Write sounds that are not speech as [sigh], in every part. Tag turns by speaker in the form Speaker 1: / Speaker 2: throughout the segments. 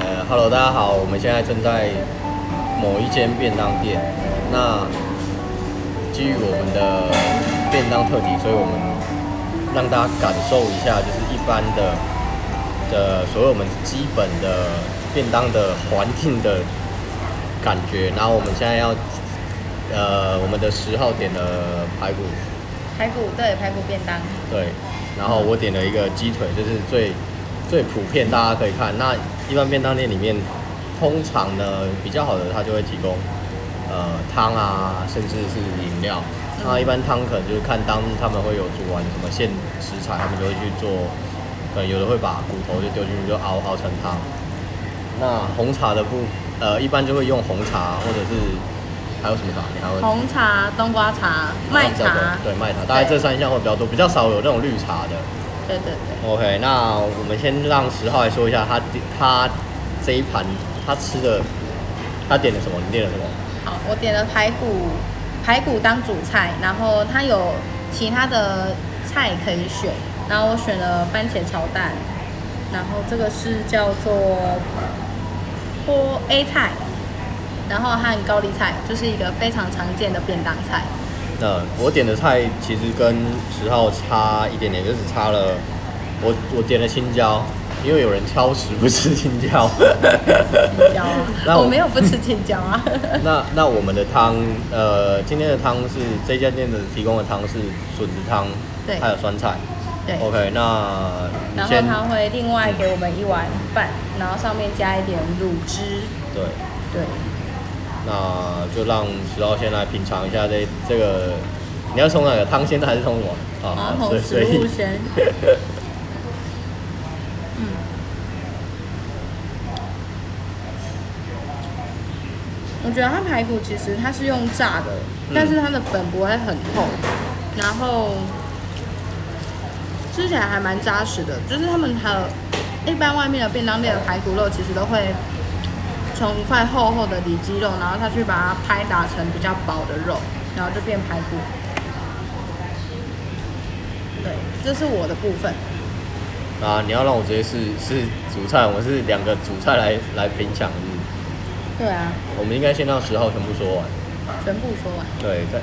Speaker 1: 呃 Hello，大家好，我们现在正在某一间便当店。那基于我们的便当特辑，所以我们让大家感受一下，就是一般的的所有我们基本的便当的环境的感觉。然后我们现在要，呃，我们的十号点了排骨，
Speaker 2: 排骨对排骨便当，
Speaker 1: 对，然后我点了一个鸡腿，就是最最普遍大家可以看。那一般便当店里面，通常呢比较好的，它就会提供呃汤啊，甚至是饮料。那一般汤可能就是看当日他们会有煮完什么现食材，他们就会去做，可能有的会把骨头就丢进去就熬熬成汤。那红茶的部呃一般就会用红茶或者是还有什么茶？你还会
Speaker 2: 红茶、冬瓜茶、麦
Speaker 1: 然后
Speaker 2: 哦茶
Speaker 1: 这个，对麦茶，大概这三项会比较多，比较少有那种绿茶的。
Speaker 2: 对对对，
Speaker 1: OK，那我们先让十号来说一下他他这一盘他吃的，他点了什么？你点了什么？
Speaker 2: 好，我点了排骨，排骨当主菜，然后它有其他的菜可以选，然后我选了番茄炒蛋，然后这个是叫做坡 A 菜，然后和高丽菜，就是一个非常常见的便当菜，
Speaker 1: 那我点的菜其实跟十号差一点点，就只差了我我点了青椒，因为有人挑食不吃青
Speaker 2: [laughs]
Speaker 1: 椒。
Speaker 2: 青椒
Speaker 1: 那
Speaker 2: 啊，
Speaker 1: 我
Speaker 2: 我没有不吃青椒啊， [laughs]
Speaker 1: 那那我们的汤，呃，今天的汤是这家店的提供的汤是笋子汤，
Speaker 2: 对
Speaker 1: 还有酸菜。
Speaker 2: 对。
Speaker 1: OK，那你
Speaker 2: 然后
Speaker 1: 先
Speaker 2: 他会另外给我们一碗饭，然后上面加一点乳汁。
Speaker 1: 对，
Speaker 2: 对，
Speaker 1: 那就让石头先来品尝一下这这个，你要冲哪个汤鲜的还是冲什么？
Speaker 2: 然
Speaker 1: 啊，
Speaker 2: 后
Speaker 1: 随
Speaker 2: 食
Speaker 1: 随
Speaker 2: 物
Speaker 1: 意。
Speaker 2: 先，嗯，我觉得它排骨其实它是用炸的，
Speaker 1: 嗯
Speaker 2: 但是它的粉不会很厚，然后吃起来还蛮扎实的。就是他们的一般外面的便当店的排骨肉其实都会从一块厚厚的里脊肉，然后他去把它拍打成比较薄的肉，然后就变排骨。对，这是我的部分。
Speaker 1: [laughs] 啊，你要让我直接是是主菜，我是两个主菜来来品尝，是不是
Speaker 2: 对啊，
Speaker 1: 我们应该先让十号全部说完，
Speaker 2: 全部说完。
Speaker 1: 对，再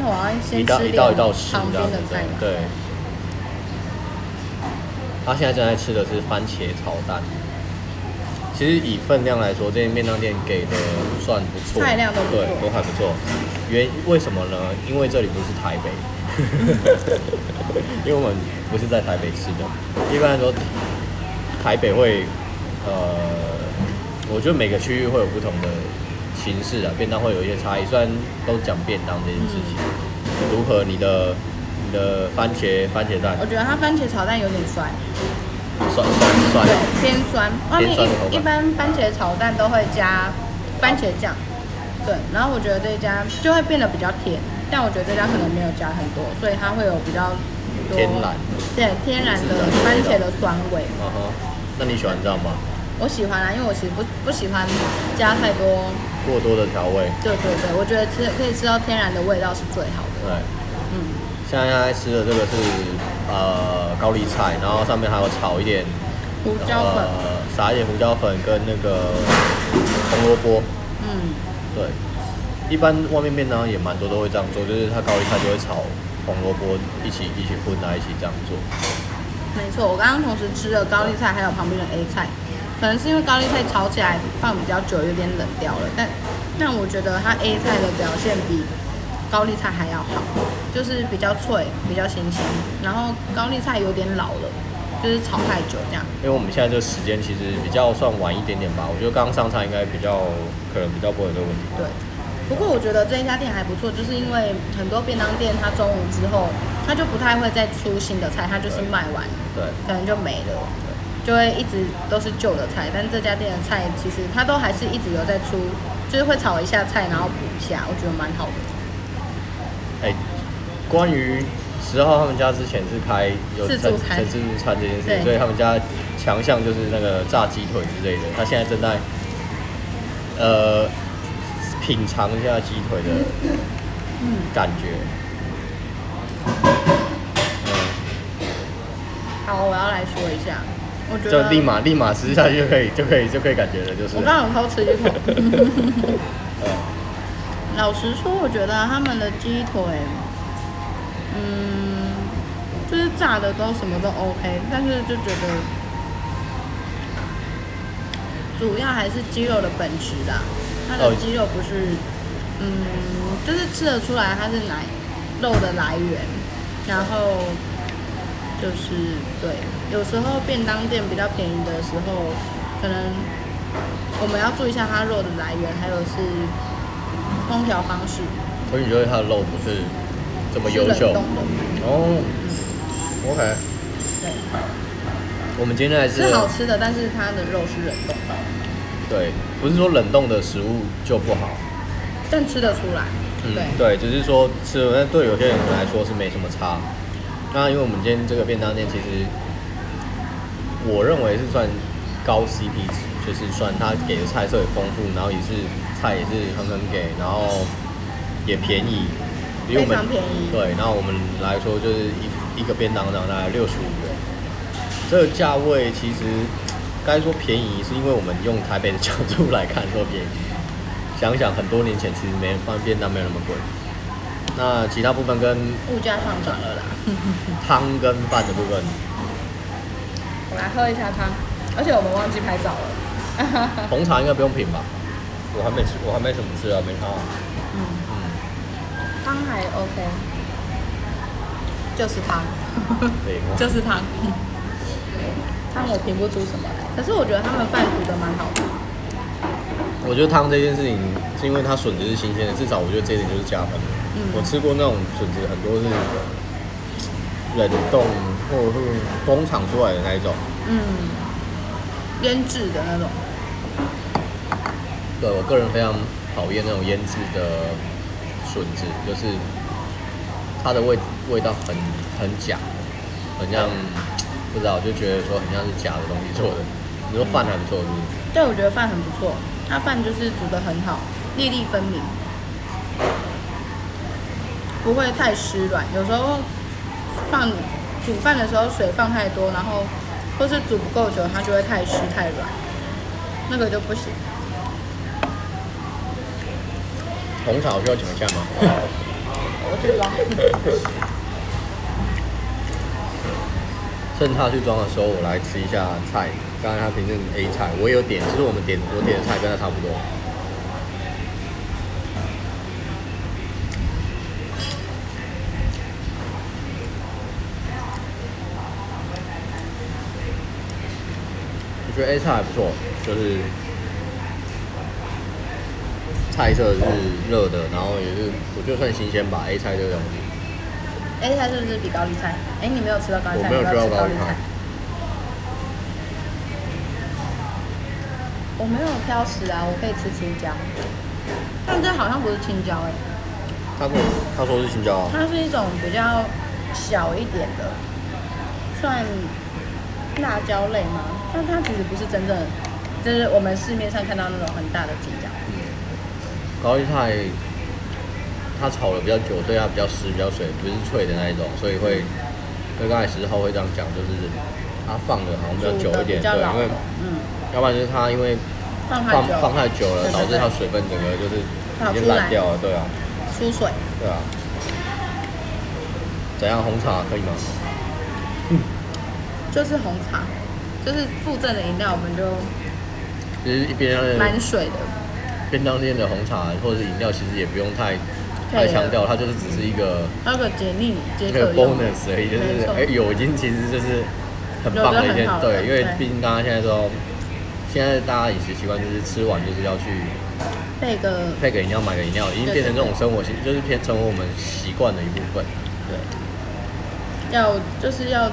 Speaker 2: 那我要
Speaker 1: 一
Speaker 2: 先
Speaker 1: 道
Speaker 2: 吃
Speaker 1: 一
Speaker 2: 掉
Speaker 1: 道一道吃
Speaker 2: 旁
Speaker 1: 这样
Speaker 2: 边
Speaker 1: 子
Speaker 2: 的菜嘛。
Speaker 1: 对。他现在正在吃的是番茄炒蛋。其实以分量来说，这间便当店给的算不错，
Speaker 2: 菜量都不错
Speaker 1: 对，都还不错。原为什么呢？因为这里不是台北， [laughs] 因为我们不是在台北吃的。一般来说，台北会，呃，我觉得每个区域会有不同的形式啊，便当会有一些差异。虽然都讲便当这件事情，
Speaker 2: 嗯
Speaker 1: 如何你的你的番茄番茄蛋
Speaker 2: 我觉得它番茄炒蛋有点酸，
Speaker 1: 酸酸酸
Speaker 2: 对，偏酸。外面
Speaker 1: 偏酸的口感
Speaker 2: 一一般番茄炒蛋都会加番茄酱，对。然后我觉得这家就会变得比较甜，但我觉得这家可能没有加很多，所以它会有比较多
Speaker 1: 天然，
Speaker 2: 对天然的番茄的酸味。
Speaker 1: 啊哈，那你喜欢这样吗？
Speaker 2: 我喜欢啊，因为我其实不不喜欢加太多。
Speaker 1: 过多的调味，
Speaker 2: 对对对，我觉得吃可以吃到天然的味道是最好的。
Speaker 1: 对。
Speaker 2: 嗯，
Speaker 1: 现在在吃的这个是呃高丽菜，然后上面还有炒一点
Speaker 2: 胡椒粉，
Speaker 1: 呃撒一点胡椒粉跟那个红萝卜，
Speaker 2: 嗯，
Speaker 1: 对。一般外面便当也蛮多都会这样做，就是它高丽菜就会炒红萝卜一起一起混啊在一起这样做。
Speaker 2: 没错，我刚刚同时吃了高丽菜，还有旁边的 A 菜，可能是因为高丽菜炒起来放比较久，有点冷掉了，但但我觉得它 A 菜的表现比高丽菜还要好，就是比较脆，比较新鲜，然后高丽菜有点老了，就是炒太久这样。
Speaker 1: 因为我们现在这个时间其实比较算晚一点点吧，我觉得刚刚上菜应该比较可能比较不会有这个问题。
Speaker 2: 对，不过我觉得这一家店还不错，就是因为很多便当店它中午之后，它就不太会再出新的菜，它就是卖完
Speaker 1: 对，
Speaker 2: 可能就没了，就会一直都是旧的菜。但这家店的菜其实它都还是一直有在出，就是会炒一下菜，然后补一下，我觉得蛮好的。
Speaker 1: 哎、关于十号他们家之前是开有
Speaker 2: 自助餐
Speaker 1: 有自助餐这件事情，
Speaker 2: 对
Speaker 1: 所以他们家强项就是那个炸鸡腿之类的。他现在正在呃品尝一下鸡腿的
Speaker 2: 嗯，
Speaker 1: 感觉。嗯
Speaker 2: 好，我要来说一下，我我觉
Speaker 1: 就
Speaker 2: 得
Speaker 1: 立马立马吃下去就可以就可以就可以感觉了，就是
Speaker 2: 啊我刚刚有偷吃一口。
Speaker 1: 呃
Speaker 2: 老实说，我觉得他们的鸡腿，嗯，就是炸的都什么都 OK，但是就觉得主要还是鸡肉的本质啦。它的
Speaker 1: 哦
Speaker 2: 鸡肉不是，嗯，就是吃得出来它是来肉的来源，然后就是对，有时候便当店比较便宜的时候，可能我们要注意一下它肉的来源，还有是。烹调方式
Speaker 1: [laughs] 所以你觉得它的肉不是这么
Speaker 2: 是
Speaker 1: 优
Speaker 2: 冷
Speaker 1: 秀
Speaker 2: 冻的，
Speaker 1: 哦？OK，
Speaker 2: 对，
Speaker 1: 我们今天还是
Speaker 2: 是好吃的，但是它的肉是冷冻的，
Speaker 1: 对，不是说冷冻的食物就不好，
Speaker 2: 但吃得出来，
Speaker 1: 嗯对，
Speaker 2: 对，，
Speaker 1: 只是说吃，那对有些人来说是没什么差。那因为我们今天这个便当店，其实我认为是算高 CP 值，就是算它给的菜色也丰富，然后也是菜也是狠狠给，然后也便宜，比我们
Speaker 2: 非常便宜
Speaker 1: 对，然后我们来说就是一一个便当然后大概六十五元，这个价位其实该说便宜，是因为我们用台北的角度来看说便宜。想想很多年前，其实没方便当没有那么贵。那其他部分跟
Speaker 2: 物价上涨了啦。
Speaker 1: 汤跟饭的部分，
Speaker 2: 我来喝一下汤，而且我们忘记拍照 [laughs] 了。
Speaker 1: 红茶应该不用品吧？我还没吃，我还没怎么吃啊，没汤啊。
Speaker 2: 嗯，
Speaker 1: 嗯，
Speaker 2: 汤还 OK，就是汤， [laughs]
Speaker 1: 对，
Speaker 2: 就
Speaker 1: 我
Speaker 2: 是汤。汤我评不出什么来，可是我觉得他们饭煮的蛮好的。
Speaker 1: 我觉得汤这件事情是因为它笋子是新鲜的，至少我觉得这一点就是加分。
Speaker 2: 嗯
Speaker 1: 我吃过那种笋子，很多是冷冻或者是工厂出来的那一种。
Speaker 2: 嗯，腌制的那种。
Speaker 1: 对我个人非常讨厌那种腌制的笋子，就是它的味味道很很假，很像不知道，就觉得说很像是假的东西做的。你说饭还不错是不是？
Speaker 2: 对，我觉得饭很不错，它饭就是煮的很好，粒粒分明，不会太湿软。有时候放煮饭的时候水放太多，然后或是煮不够久，它就会太湿太软，那个就不行。
Speaker 1: 红茶我需要讲一下吗？
Speaker 2: 我去装，
Speaker 1: 趁他去装的时候，我来吃一下菜。刚才他评论 A 菜，我也有点，其实我们点我点的菜跟他差不多。我觉得 A 菜还不错，就是菜色是热的，然后也是我觉得算新鲜吧。A 菜这个东西，
Speaker 2: 哎，它是不是比高丽菜？哎，你没有吃到高丽
Speaker 1: 我
Speaker 2: 菜，
Speaker 1: 没有
Speaker 2: 你
Speaker 1: 吃
Speaker 2: 要
Speaker 1: 到
Speaker 2: 吃
Speaker 1: 高
Speaker 2: 丽
Speaker 1: 丽菜
Speaker 2: 菜。我没有挑食啊，我可以吃青椒，但这好像不是青椒哎、
Speaker 1: 他跟我他说是青椒啊，
Speaker 2: 它是一种比较小一点的，算辣椒类吗？但它其实不是真正，就是我们市面上看到那种很大的青椒。
Speaker 1: 高丽菜它炒的比较久，所以它比较湿、比较水，不是脆的那一种，所以会，所以刚才十号会这样讲，就是它放的好像比较久一点，
Speaker 2: 煮得比较
Speaker 1: 对，
Speaker 2: 老
Speaker 1: 因为
Speaker 2: 嗯，
Speaker 1: 要不然就是它因为
Speaker 2: 放太
Speaker 1: 放
Speaker 2: 久，
Speaker 1: 放太久了，
Speaker 2: 对对
Speaker 1: 导致它
Speaker 2: 对
Speaker 1: 水分整个就是
Speaker 2: 跑
Speaker 1: 已
Speaker 2: 出
Speaker 1: 经烂
Speaker 2: 来
Speaker 1: 掉了，对啊，
Speaker 2: 出水。
Speaker 1: 对啊。怎样红茶可以吗？
Speaker 2: 就是红茶，就是附赠的饮料，我们就
Speaker 1: 其实一边
Speaker 2: 蛮水的，
Speaker 1: 便当店的红茶或者是饮料，其实也不用太
Speaker 2: 太
Speaker 1: 太强调，它就是只是一个。
Speaker 2: 那个解腻解
Speaker 1: 那个
Speaker 2: 渴用。
Speaker 1: bonus 而已，就
Speaker 2: 没
Speaker 1: 是
Speaker 2: 错
Speaker 1: 哎、有已经其实就是很棒的一件
Speaker 2: 有就很好，了
Speaker 1: 对，因为
Speaker 2: 对
Speaker 1: 毕竟大家现在都现在大家饮食习惯就是吃完就是要去
Speaker 2: 配个
Speaker 1: 配个饮料买个饮料，已经变成这种生活习，就是变成我们习惯的一部分。对，
Speaker 2: 要就是要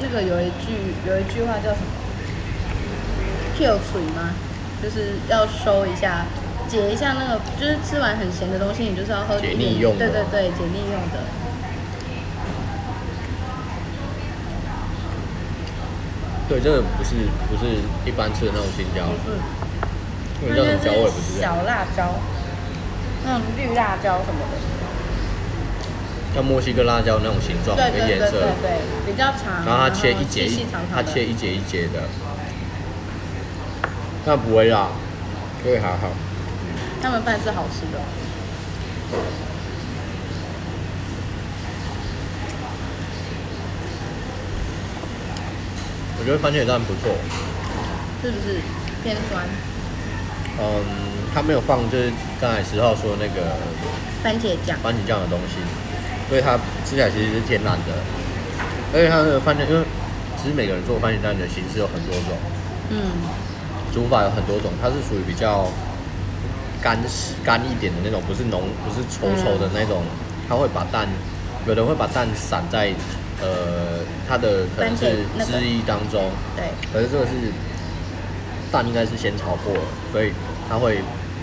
Speaker 2: 那个有一句有一句话叫什么？Q 嘴吗？就是要收一下，解一下那个，就是吃完很咸的东西，你就是要喝
Speaker 1: 解
Speaker 2: 一
Speaker 1: 腻
Speaker 2: 点
Speaker 1: 用的
Speaker 2: 对对对，解腻用的。
Speaker 1: 对，这个不是不是一般吃的那种青椒，
Speaker 2: 是，
Speaker 1: 哦因为叫什么椒我也不知道。
Speaker 2: 小辣椒，那种绿辣椒什么的。
Speaker 1: 像墨西哥辣椒那种形状
Speaker 2: 对
Speaker 1: 跟
Speaker 2: 对
Speaker 1: 哦颜
Speaker 2: 对
Speaker 1: 色，
Speaker 2: 对对，比较长，
Speaker 1: 然后它切一节
Speaker 2: 哦细
Speaker 1: 一
Speaker 2: 细长，
Speaker 1: 它
Speaker 2: 长的，
Speaker 1: 切一节一节的，那不会辣，因为还好。
Speaker 2: 他们饭是好吃的。
Speaker 1: 我觉得番茄蛋不错，
Speaker 2: 是不是偏酸？
Speaker 1: 嗯，它没有放就是刚才十号说那个
Speaker 2: 番茄酱，
Speaker 1: 番茄酱的东西，所以它吃起来其实是天然的。而且它的番茄，因为其实每个人做番茄蛋的形式有很多种，
Speaker 2: 嗯，
Speaker 1: 煮法有很多种，它是属于比较干湿干一点的那种，不是浓不是稠稠的那种，它会把蛋，有人会把蛋散在呃它的可能
Speaker 2: 番
Speaker 1: 是
Speaker 2: 茄那个
Speaker 1: 汁液当中，
Speaker 2: 对，
Speaker 1: 可是这个是蛋应该是先炒过了，所以它会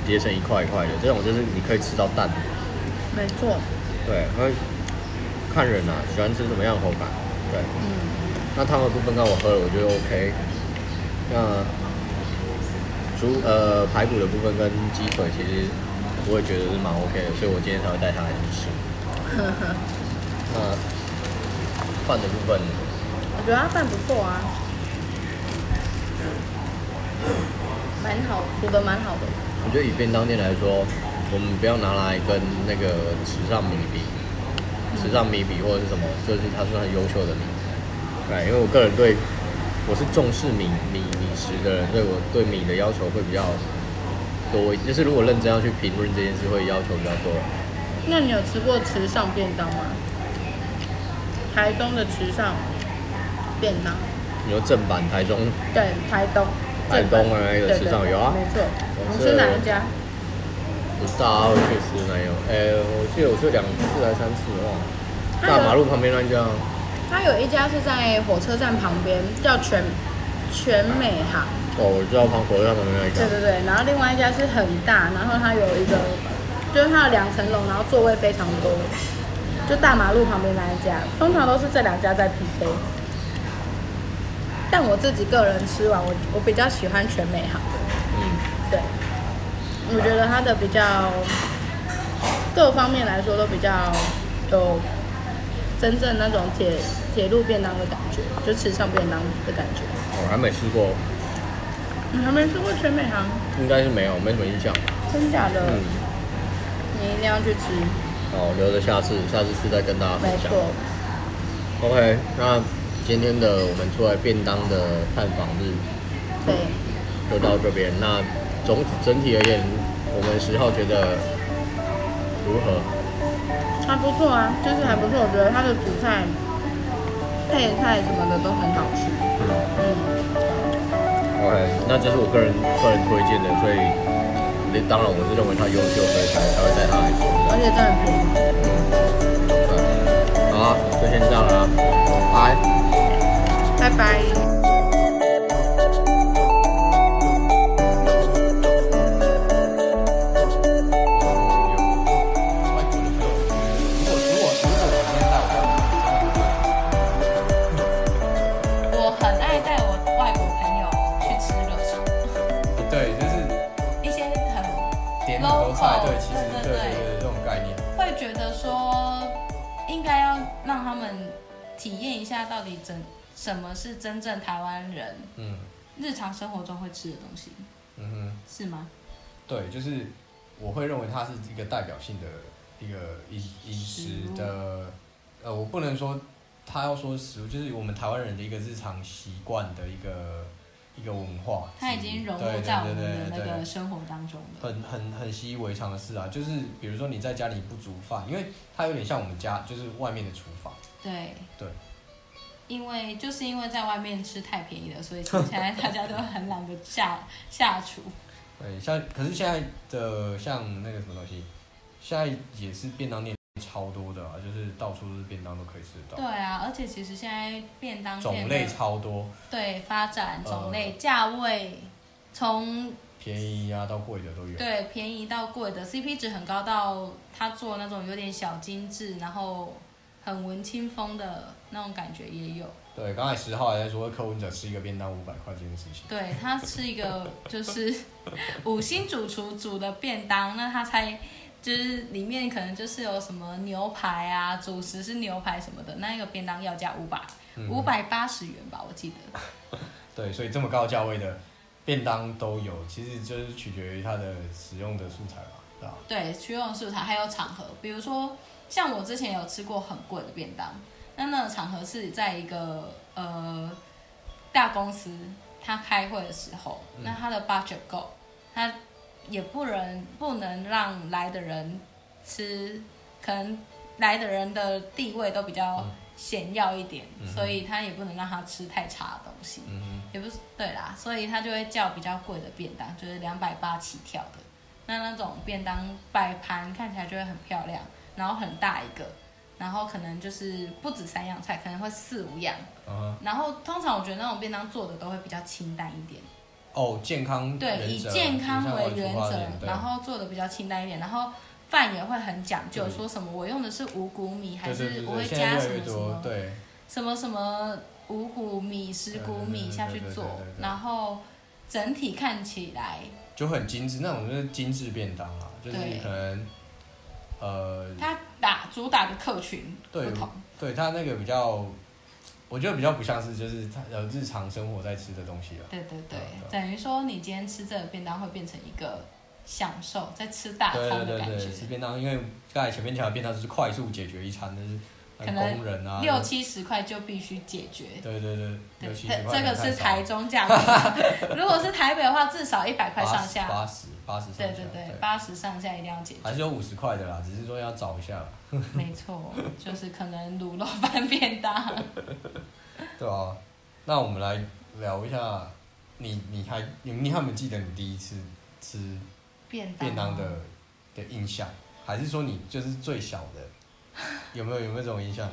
Speaker 1: 结成一块一块的，这种就是你可以吃到蛋，
Speaker 2: 没错，
Speaker 1: 对，它会看人啊，喜欢吃什么样的口感，对。
Speaker 2: 嗯，
Speaker 1: 那汤的部分刚我喝了，我觉得 OK。那猪呃排骨的部分跟鸡腿，其实我也觉得是蛮 OK 的，所以我今天才会带它来吃。
Speaker 2: 呵呵，
Speaker 1: 那饭的部分，
Speaker 2: 我觉得它饭不错啊，蛮好，煮的蛮好的，
Speaker 1: 我觉得以便当店来说，我们不要拿来跟那个时尚米比，时尚米比或者是什么，就是它算很优秀的米。对，因为我个人对我是重视米米米食的人，所以我对米的要求会比较多，就是如果认真要去评论这件事，会要求比较多。
Speaker 2: 那你有吃过池上便当吗？台东的池上便当，
Speaker 1: 你说正版台中，
Speaker 2: 对，台东，
Speaker 1: 台东啊
Speaker 2: 对
Speaker 1: 有
Speaker 2: 对
Speaker 1: 池上
Speaker 2: 对
Speaker 1: 有啊
Speaker 2: 没错，
Speaker 1: 我
Speaker 2: 你
Speaker 1: 是
Speaker 2: 吃哪一家？
Speaker 1: 我大二确实没有，哎、我记得我去两次还是三次忘了。
Speaker 2: 它有
Speaker 1: 大马路旁边那家，
Speaker 2: 它有一家是在火车站旁边，叫全全美行。
Speaker 1: 哦，我知道旁火车站旁边那一家
Speaker 2: 对，对对，然后另外一家是很大，然后它有一个，就是它有两层楼，然后座位非常多，就大马路旁边那一家，通常都是这两家在 PK。但我自己个人吃完，我我比较喜欢全美好，
Speaker 1: 嗯，
Speaker 2: 对，我觉得它的比较各方面来说都比较有真正那种铁铁路便当的感觉，就吃上便当的感觉。
Speaker 1: 我哦还没吃过，
Speaker 2: 你还没吃过全美行？
Speaker 1: 应该是没有，没什么印象。
Speaker 2: 真假的？
Speaker 1: 嗯，
Speaker 2: 你一定要去吃，
Speaker 1: 好，留着下次，下次是再跟大家分
Speaker 2: 没
Speaker 1: 享。
Speaker 2: 错，
Speaker 1: OK，那今天的我们出来便当的探访日
Speaker 2: 对，
Speaker 1: 就到这边。那总整体而言，我们十号觉得如何？
Speaker 2: 还不错啊，就是还不错，我觉得它的主菜、配菜什么的都很好吃。
Speaker 1: 嗯
Speaker 2: 嗯，
Speaker 1: ，OK，那这是我个人个人推荐的，所以那当然我是认为它优秀，所以才才会带它来吃。
Speaker 2: 而且真的很便宜。
Speaker 1: 对，好啊，就先这样啦，拜。
Speaker 2: 拜拜。我很爱带我外国朋友去吃热炒，
Speaker 3: 对，就是
Speaker 2: 一些很
Speaker 3: 点很多菜，对，其实
Speaker 2: Local，
Speaker 3: 对
Speaker 2: 对对
Speaker 3: 对
Speaker 2: 对
Speaker 3: 对，这种概念。
Speaker 2: 会觉得说应该要让他们体验一下到底真什么是真正台湾人
Speaker 3: 嗯
Speaker 2: 日常生活中会吃的东西，
Speaker 3: 嗯哼，
Speaker 2: 是吗？
Speaker 3: 对，就是我会认为它是一个代表性的一个饮饮
Speaker 2: 食
Speaker 3: 食
Speaker 2: 物
Speaker 3: 的，呃，我不能说他要说食物，就是我们台湾人的一个日常习惯的一个一个文化之一。
Speaker 2: 它已经融入
Speaker 3: 对
Speaker 2: 在我
Speaker 3: 对
Speaker 2: 们
Speaker 3: 对
Speaker 2: 的嗯
Speaker 3: 对
Speaker 2: 那
Speaker 3: 对
Speaker 2: 个生活当中了。
Speaker 3: 很很很习以为常的事啊，就是比如说你在家里不煮饭，因为它有点像我们家就是外面的厨房，
Speaker 2: 对
Speaker 3: 对，
Speaker 2: 因为就是因为在外面吃太便宜了，所以其实现在大家都很懒得下下 [laughs] 厨。
Speaker 3: 对，像可是现在的像那个什么东西，现在也是便当店超多的啊，就是到处都是便当都可以吃得
Speaker 2: 对
Speaker 3: 到，
Speaker 2: 啊，而且其实现在便当店的
Speaker 3: 种类超多，
Speaker 2: 对发展
Speaker 3: 呃
Speaker 2: 种类、价位，从
Speaker 3: 便宜啊到贵的都有。
Speaker 2: 对便宜到贵的 CP 值很高到他做那种有点小精致，然后很文青风的那种感觉也有。
Speaker 3: 对，刚才十号还在说柯文哲吃一个便当五百块这件事情，
Speaker 2: 对他是一个就是五星主厨煮的便当，那他才
Speaker 3: 就是里面可能就是有什么牛排啊，主食是牛排什么的，那一个便当要价五百五百八十元吧，我记得。
Speaker 1: 对，所以这么高价位的便当都有，其实就是取决于它的使用的素材嘛，对吧？
Speaker 3: 对，取用素材还有场合，比如说像我之前有吃过很贵的便当，那那个场合是在一个呃大公司，他开会的时候，
Speaker 1: 嗯
Speaker 3: 那他的 budget 够，他也不能不能让来的人吃，可能来的人的地位都比较
Speaker 1: 嗯
Speaker 3: 显要一点，
Speaker 1: 嗯哼
Speaker 3: 所以他也不能让他吃太差的东西。
Speaker 1: 嗯
Speaker 3: 也不是对啦，所以他就会叫比较贵的便当，就是两百八起跳的。那那种便当摆盘看起来就会很漂亮，然后很大一个，然后可能就是不止三样菜，可能会四五样。
Speaker 1: 哼，嗯
Speaker 3: 然后通常我觉得那种便当做的都会比较清淡一点，
Speaker 1: 哼，哦，健康
Speaker 3: 对，
Speaker 1: 原
Speaker 3: 以
Speaker 1: 则
Speaker 3: 健康为
Speaker 1: 以
Speaker 3: 原
Speaker 1: 出发
Speaker 3: 则
Speaker 1: 点，对啊
Speaker 3: 然后做的比较清淡一点，然后饭也会很讲究，
Speaker 1: 嗯
Speaker 3: 说什么我用的是五谷米，还
Speaker 1: 对对
Speaker 3: 是
Speaker 1: 对
Speaker 3: 我会
Speaker 1: 对，现在
Speaker 3: 加
Speaker 1: 越
Speaker 3: 什
Speaker 1: 来越
Speaker 3: 么什
Speaker 1: 多
Speaker 3: 么，
Speaker 1: 对，
Speaker 3: 什么什么五谷米、十谷米下去
Speaker 1: 对
Speaker 3: 做
Speaker 1: 对对对对，对
Speaker 3: 然后整体看起来，
Speaker 1: 就很精致，那种就是精致便当啊，就是
Speaker 3: 对
Speaker 1: 可能呃，
Speaker 3: 它打主打的客群不
Speaker 1: 对
Speaker 3: 同，
Speaker 1: 对它那个比较，我觉得比较不像是就是它呃日常生活在吃的东西了。
Speaker 3: 对对对
Speaker 1: 对对，
Speaker 3: 等于说你今天吃这个便当会变成一个享受，在吃大
Speaker 1: 对
Speaker 3: 餐
Speaker 1: 对
Speaker 3: 的感
Speaker 1: 对
Speaker 3: 觉
Speaker 1: 对，，吃便当，因为刚才前面讲的便当就是快速解决一餐，就是呃
Speaker 3: 可能
Speaker 1: 工人啊，
Speaker 3: 六七十块就必须解决。
Speaker 1: 对对对，
Speaker 3: 对，
Speaker 1: 六七
Speaker 3: 这
Speaker 1: 十
Speaker 3: 这
Speaker 1: 块
Speaker 3: 个
Speaker 1: 太
Speaker 3: 是
Speaker 1: 少
Speaker 3: 台
Speaker 1: 了
Speaker 3: 中
Speaker 1: [laughs]
Speaker 3: 价格，如果是台北的话，至少一百块
Speaker 1: 八
Speaker 3: 上
Speaker 1: 十
Speaker 3: 下。
Speaker 1: 八十八十上
Speaker 3: 对
Speaker 1: 下
Speaker 3: 对对
Speaker 1: 对，，
Speaker 3: 八十上下一定要解决。
Speaker 1: 还是有五十块的啦，只是说要找一下啦，
Speaker 3: 没错，就是可能卤肉饭便当。
Speaker 1: 对啊，那我们来聊一下，你你还你你还有没有记得你第一次吃
Speaker 3: 便当
Speaker 1: 便当的的印象，还是说你就是最小的，有没有有没有这种
Speaker 3: [laughs]
Speaker 1: 印象？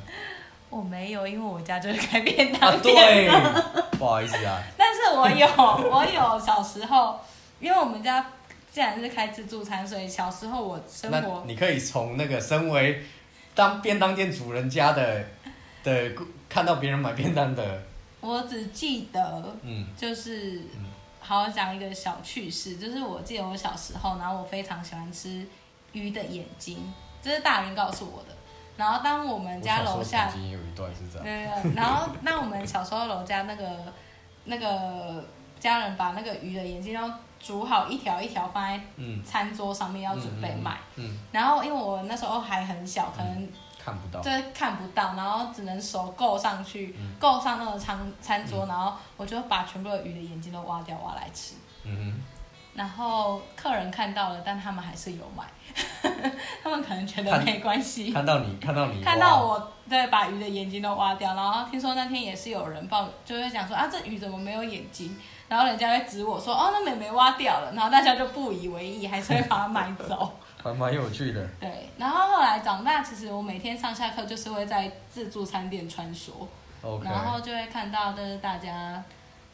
Speaker 3: 我没有，因为我家就是开便
Speaker 1: 啊
Speaker 3: 当，店。
Speaker 1: 对，不好意思啊，
Speaker 3: [laughs] 但是我有， [laughs] 我有小时候，因为我们家既然是开自助餐，所以小时候我生
Speaker 1: 那
Speaker 3: 活
Speaker 1: 你可以从那个身为当便当店主人家的的故看到别人买便当的，
Speaker 3: 我只记得
Speaker 1: 嗯
Speaker 3: 就是
Speaker 1: 嗯，
Speaker 3: 好我讲一个小趣事，就是我记得我小时候，然后我非常喜欢吃鱼的眼睛，这是大人告诉我的。然后当我们家楼下
Speaker 1: 我小时候曾经有一段是这样，
Speaker 3: 对，然后那我们小时候楼家那个那个家人把那个鱼的眼睛都煮好一条一条放在
Speaker 1: 嗯，
Speaker 3: 餐桌上面要准备卖。
Speaker 1: 嗯，嗯，
Speaker 3: 然后因为我那时候还很小，可能
Speaker 1: 嗯看不到，
Speaker 3: 就是看不到，然后只能手够上去
Speaker 1: 嗯，
Speaker 3: 够上那个餐餐桌，然后我就把全部的鱼的眼睛都挖掉挖来吃。
Speaker 1: 嗯
Speaker 3: 然后客人看到了，但他们还是有买， [laughs] 他们可能觉得
Speaker 1: 看
Speaker 3: 没关
Speaker 1: 哼，
Speaker 3: 系。
Speaker 1: 看到你，看到你，
Speaker 3: 看到
Speaker 1: 哇，
Speaker 3: 我对把鱼的眼睛都挖掉，然后听说那天也是有人报，就是讲说啊这鱼怎么没有眼睛，然后人家会指我说哦那妹妹挖掉了，然后大家就不以为意，还是会把它买走。
Speaker 1: 还蛮有趣的，
Speaker 3: 对，然后后来长大，其实我每天上下课就是会在自助餐店穿梭
Speaker 1: OK，
Speaker 3: 然后就会看到就是大家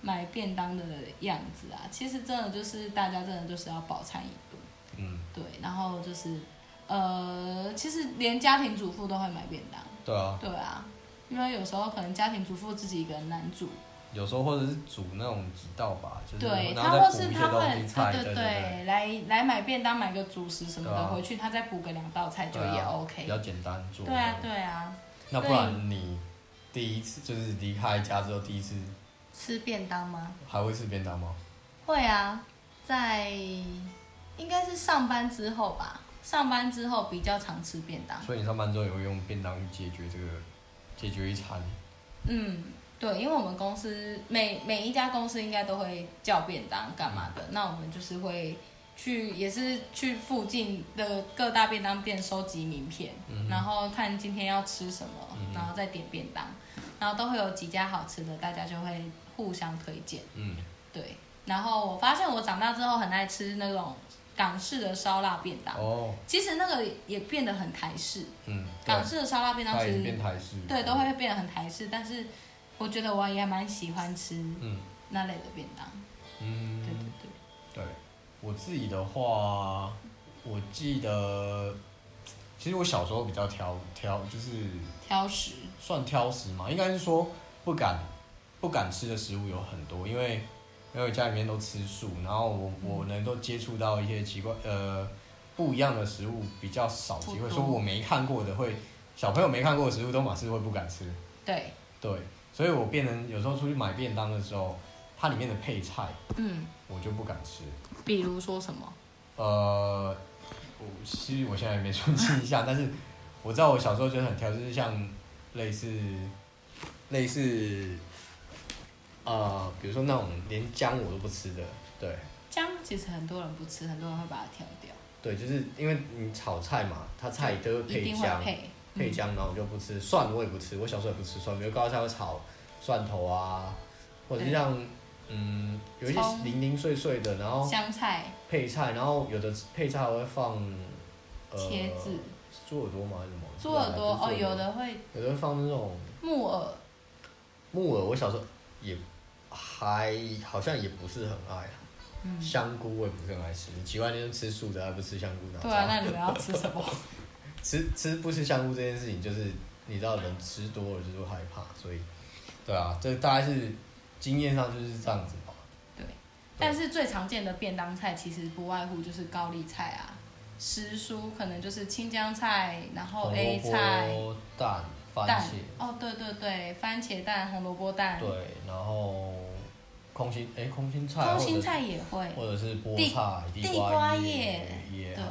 Speaker 3: 买便当的样子啊，其实真的就是大家真的就是要饱餐一顿，
Speaker 1: 嗯，
Speaker 3: 对，然后就是呃，其实连家庭主妇都会买便当。
Speaker 1: 对啊，
Speaker 3: 对啊，因为有时候可能家庭主妇自己一个人难煮，
Speaker 1: 有时候或者是煮那种几道吧，就是
Speaker 3: 对
Speaker 1: 然
Speaker 3: 他
Speaker 1: 后再
Speaker 3: 或
Speaker 1: 补
Speaker 3: 是
Speaker 1: 一些
Speaker 3: 他
Speaker 1: 东
Speaker 3: 会啊
Speaker 1: 西，菜，
Speaker 3: 对
Speaker 1: 对对，
Speaker 3: 对，来来买便当买个主食什么
Speaker 1: 对
Speaker 3: 的
Speaker 1: 啊
Speaker 3: 回去，他再补个两道菜就
Speaker 1: 对啊
Speaker 3: 也
Speaker 1: 比
Speaker 3: OK
Speaker 1: 较。简单做，
Speaker 3: 对啊，对啊，
Speaker 1: 那不然你第一次就是离开家之后第一次
Speaker 3: 吃便当吗？
Speaker 1: 还会吃便当吗？
Speaker 3: 会啊，在应该是上班之后吧，上班之后比较常吃便当。
Speaker 1: 所以你上班之后也会用便当去解决这个解决一餐，
Speaker 3: 嗯，对，因为我们公司每每一家公司应该都会叫便当干嘛的，那我们就是会去，也是去附近的各大便当店收集名片，
Speaker 1: 嗯哼
Speaker 3: 然后看今天要吃什么，
Speaker 1: 嗯哼
Speaker 3: 然后再点便当，然后都会有几家好吃的，大家就会互相推荐。
Speaker 1: 嗯，
Speaker 3: 对，然后我发现我长大之后很爱吃那种港式的烧腊便当，
Speaker 1: 哦，
Speaker 3: 其实那个也变得很台式，
Speaker 1: 嗯，对
Speaker 3: 港，式的烧腊便当
Speaker 1: 它
Speaker 3: 其
Speaker 1: 也
Speaker 3: 实
Speaker 1: 是变台式，
Speaker 3: 对，都，会变得很台式，但是我觉得我也蛮喜欢吃
Speaker 1: 嗯
Speaker 3: 那类的便当。
Speaker 1: 嗯，
Speaker 3: 对对对，
Speaker 1: 对，我自己的话，我记得，其实我小时候比较挑挑，就是
Speaker 3: 挑食，
Speaker 1: 算挑食嘛，应该是说不敢不敢吃的食物有很多，因
Speaker 3: 嗯
Speaker 1: 为因为家里面都吃素，然后我我能够接触到一些奇怪呃不一样的食物比较少机
Speaker 3: 不
Speaker 1: 会，
Speaker 3: 多
Speaker 1: 说我没看过的会，小朋友没看过的食物都马是会不敢吃。
Speaker 3: 对，
Speaker 1: 对，所以我变成有时候出去买便当的时候，它里面的配菜
Speaker 3: 嗯，
Speaker 1: 我就不敢吃。
Speaker 3: 比如说什么？
Speaker 1: 呃，我其实我现在也没出记一下，但是我知道我小时候就是很挑，就是像类似类似呃，比如说那种连姜我都不吃的，对
Speaker 3: 姜其实很多人不吃，很多人会把它挑掉，
Speaker 1: 对，就是因为你炒菜嘛，它菜都会
Speaker 3: 一
Speaker 1: 配
Speaker 3: 定会
Speaker 1: 姜，
Speaker 3: 配。嗯
Speaker 1: 配姜，然后我就不吃蒜，我也不吃，我小时候也不吃蒜，比如高菜会炒蒜头啊，或者是像嗯有一些
Speaker 3: 葱
Speaker 1: 零零碎碎的，然后
Speaker 3: 香菜、
Speaker 1: 配菜，然后有的配菜还会放呃
Speaker 3: 茄子、
Speaker 1: 猪耳朵吗？还是什么？
Speaker 3: 猪耳朵，
Speaker 1: 不
Speaker 3: 哦，
Speaker 1: 是猪
Speaker 3: 有
Speaker 1: 耳朵
Speaker 3: 的会
Speaker 1: 有的会放那种
Speaker 3: 木耳，
Speaker 1: 木耳，我小时候也还好像也不是很爱，啊
Speaker 3: 嗯，
Speaker 1: 香菇我也不是很爱吃，奇怪，你是吃素的，还不吃香菇呢？
Speaker 3: 对啊，那你们要吃什么？
Speaker 1: 吃吃不吃香菇这件事情，就是你知道人吃多了就是会害怕，所以对啊，这大概是经验上就是这样子吧。
Speaker 3: 对，但是最常见的便当菜其实不外乎就是高丽菜啊，时蔬可能就是青江菜，然后
Speaker 1: 红
Speaker 3: A 哦菜、
Speaker 1: 萝卜、蛋、番
Speaker 3: 蛋
Speaker 1: 茄，，
Speaker 3: 哦，对对对，番茄蛋、红萝卜蛋，
Speaker 1: 对，然后空心哎、空心菜，
Speaker 3: 空心菜也会，
Speaker 1: 或者啊是或者是
Speaker 3: 地
Speaker 1: 菠菜、
Speaker 3: 地
Speaker 1: 瓜
Speaker 3: 瓜
Speaker 1: 叶
Speaker 3: 叶，
Speaker 1: 也
Speaker 3: 对，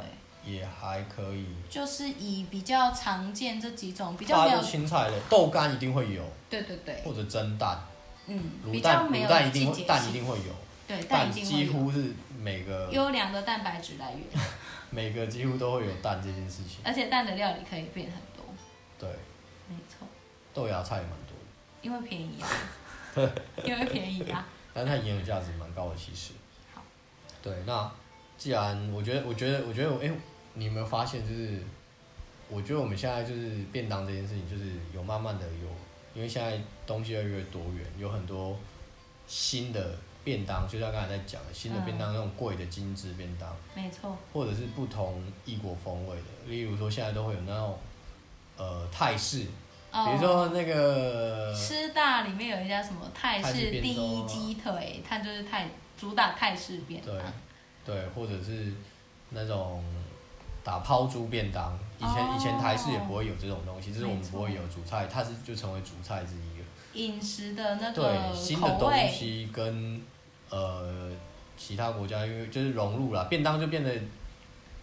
Speaker 1: 也还可以。
Speaker 3: 就是以比较常见这几种比较
Speaker 1: 大
Speaker 3: 没
Speaker 1: 家
Speaker 3: 有
Speaker 1: 都，青菜类，豆干一定会有，
Speaker 3: 对对对，
Speaker 1: 或者蒸蛋，
Speaker 3: 嗯，比
Speaker 1: 卤
Speaker 3: 较
Speaker 1: 蛋
Speaker 3: 没
Speaker 1: 卤
Speaker 3: 有
Speaker 1: 蛋一
Speaker 3: 季
Speaker 1: 定
Speaker 3: 节
Speaker 1: 会蛋一
Speaker 3: 性，
Speaker 1: 定会有，
Speaker 3: 对蛋
Speaker 1: 蛋
Speaker 3: 一定会
Speaker 1: 几
Speaker 3: 有
Speaker 1: 乎是每个
Speaker 3: 优良的蛋白质来源，
Speaker 1: 每个几乎都会有蛋这件事情。
Speaker 3: 而且蛋的料理可以变很多，
Speaker 1: 对，
Speaker 3: 没错，
Speaker 1: 豆芽菜也蛮多的，
Speaker 3: 因为便宜啊，
Speaker 1: [laughs]
Speaker 3: 因为便宜啊，
Speaker 1: 但是它营养价值蛮高的，其实
Speaker 3: 好。
Speaker 1: 对，那既然我觉得，我觉得，我觉得我，哎、你有没有发现，就是我觉得我们现在就是便当这件事情，就是有慢慢的有，因为现在东西越来越多元，有很多新的便当，就像刚才在讲的，新的便当、那种贵的精致便当，
Speaker 3: 没错，
Speaker 1: 或者是不同异国风味的，例如说现在都会有那种呃泰式，比
Speaker 3: 哦，
Speaker 1: 如说那个、
Speaker 3: 师大里面有一家什么泰
Speaker 1: 泰式
Speaker 3: 式
Speaker 1: 便
Speaker 3: 第
Speaker 1: 当
Speaker 3: 一
Speaker 1: 啊
Speaker 3: 鸡腿，它就是泰主打泰式便
Speaker 1: 对
Speaker 3: 当，
Speaker 1: 对，或者是那种打抛猪便当，以前、以前台式也不会有这种东西，就是我们
Speaker 3: 哦没错
Speaker 1: 不会有主菜，它是就成为主菜之一了。
Speaker 3: 饮食的那个
Speaker 1: 对，新的
Speaker 3: 口
Speaker 1: 东
Speaker 3: 味，
Speaker 1: 西跟呃其他国家因为就是融入了，便当就变得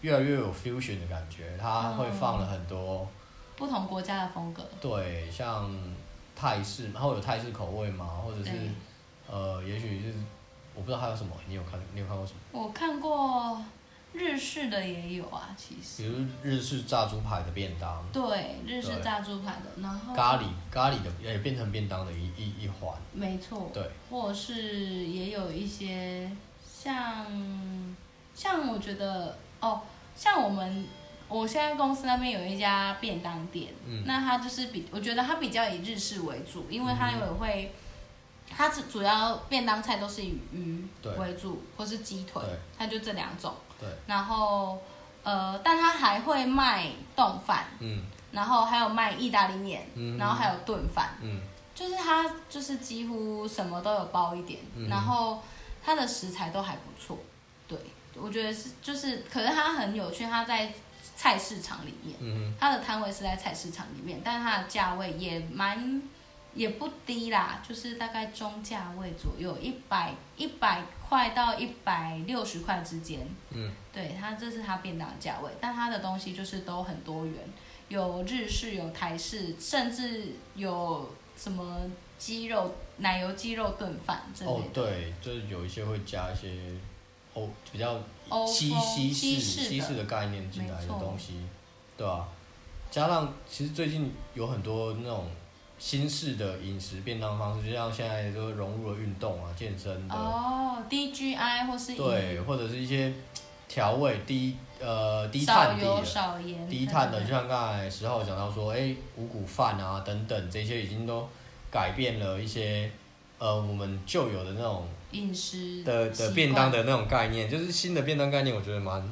Speaker 1: 越来越有 fusion 的感觉，它
Speaker 3: 哦
Speaker 1: 会放了很多、
Speaker 3: 不同国家的风格，
Speaker 1: 对，像泰式，然后有泰式口味嘛，或者是
Speaker 3: 对
Speaker 1: 呃，也许是我不知道还有什么，你有看你有看过什么？
Speaker 3: 我看过日式的也有啊，其实
Speaker 1: 比如日式炸猪排的便当，
Speaker 3: 对日式
Speaker 1: 对
Speaker 3: 炸猪排的，然后
Speaker 1: 咖喱咖喱的也变成便当的一一一环，
Speaker 3: 没错，
Speaker 1: 对，
Speaker 3: 或是也有一些像像我觉得哦，像我们我现在公司那边有一家便当店，
Speaker 1: 嗯
Speaker 3: 那它就是比我觉得它比较以日式为主，因为它也会。
Speaker 1: 嗯
Speaker 3: 它主主要便当菜都是以鱼
Speaker 1: 对
Speaker 3: 为主，或是鸡腿
Speaker 1: 对，
Speaker 3: 它就这两种。
Speaker 1: 对，
Speaker 3: 然后，呃，但它还会卖冻饭，
Speaker 1: 嗯
Speaker 3: 然后还有卖意大利面，
Speaker 1: 嗯
Speaker 3: 然后还有炖饭。
Speaker 1: 嗯，
Speaker 3: 就是它就是几乎什么都有包一点，
Speaker 1: 嗯
Speaker 3: 然后它的食材都还不错，对我觉得是就是，可是它很有趣，它在菜市场里面，
Speaker 1: 嗯
Speaker 3: 它的摊位是在菜市场里面，但是它的价位也蛮也不低啦，就是大概中价位左右，一百一百块到一百六十块之间，
Speaker 1: 嗯，
Speaker 3: 对，它这是它便当的价位，但它的东西就是都很多元，有日式，有台式，甚至有什么鸡肉、奶油鸡肉炖饭之类
Speaker 1: 哦
Speaker 3: 的。
Speaker 1: 对，就是有一些会加一些欧比较
Speaker 3: 欧风
Speaker 1: 西西
Speaker 3: 西
Speaker 1: 式
Speaker 3: 式的
Speaker 1: 西式的概念进来的
Speaker 3: 没错
Speaker 1: 东西，对吧、加上其实最近有很多那种新式的饮食便当方式，就像现在都融入了运动啊、健身的，
Speaker 3: 哦，DGI 或是以
Speaker 1: 对，或者是一些调味低呃低
Speaker 3: 少
Speaker 1: 碳底
Speaker 3: 油
Speaker 1: 的。
Speaker 3: 少盐，
Speaker 1: 低碳的，
Speaker 3: 对
Speaker 1: 就像刚才十号讲到说，哎、五谷饭啊等等这些已经都改变了一些呃我们旧有的那种
Speaker 3: 饮食
Speaker 1: 的
Speaker 3: 嗯习
Speaker 1: 的
Speaker 3: 惯
Speaker 1: 便当的那种概念，就是新的便当概念，我觉得蛮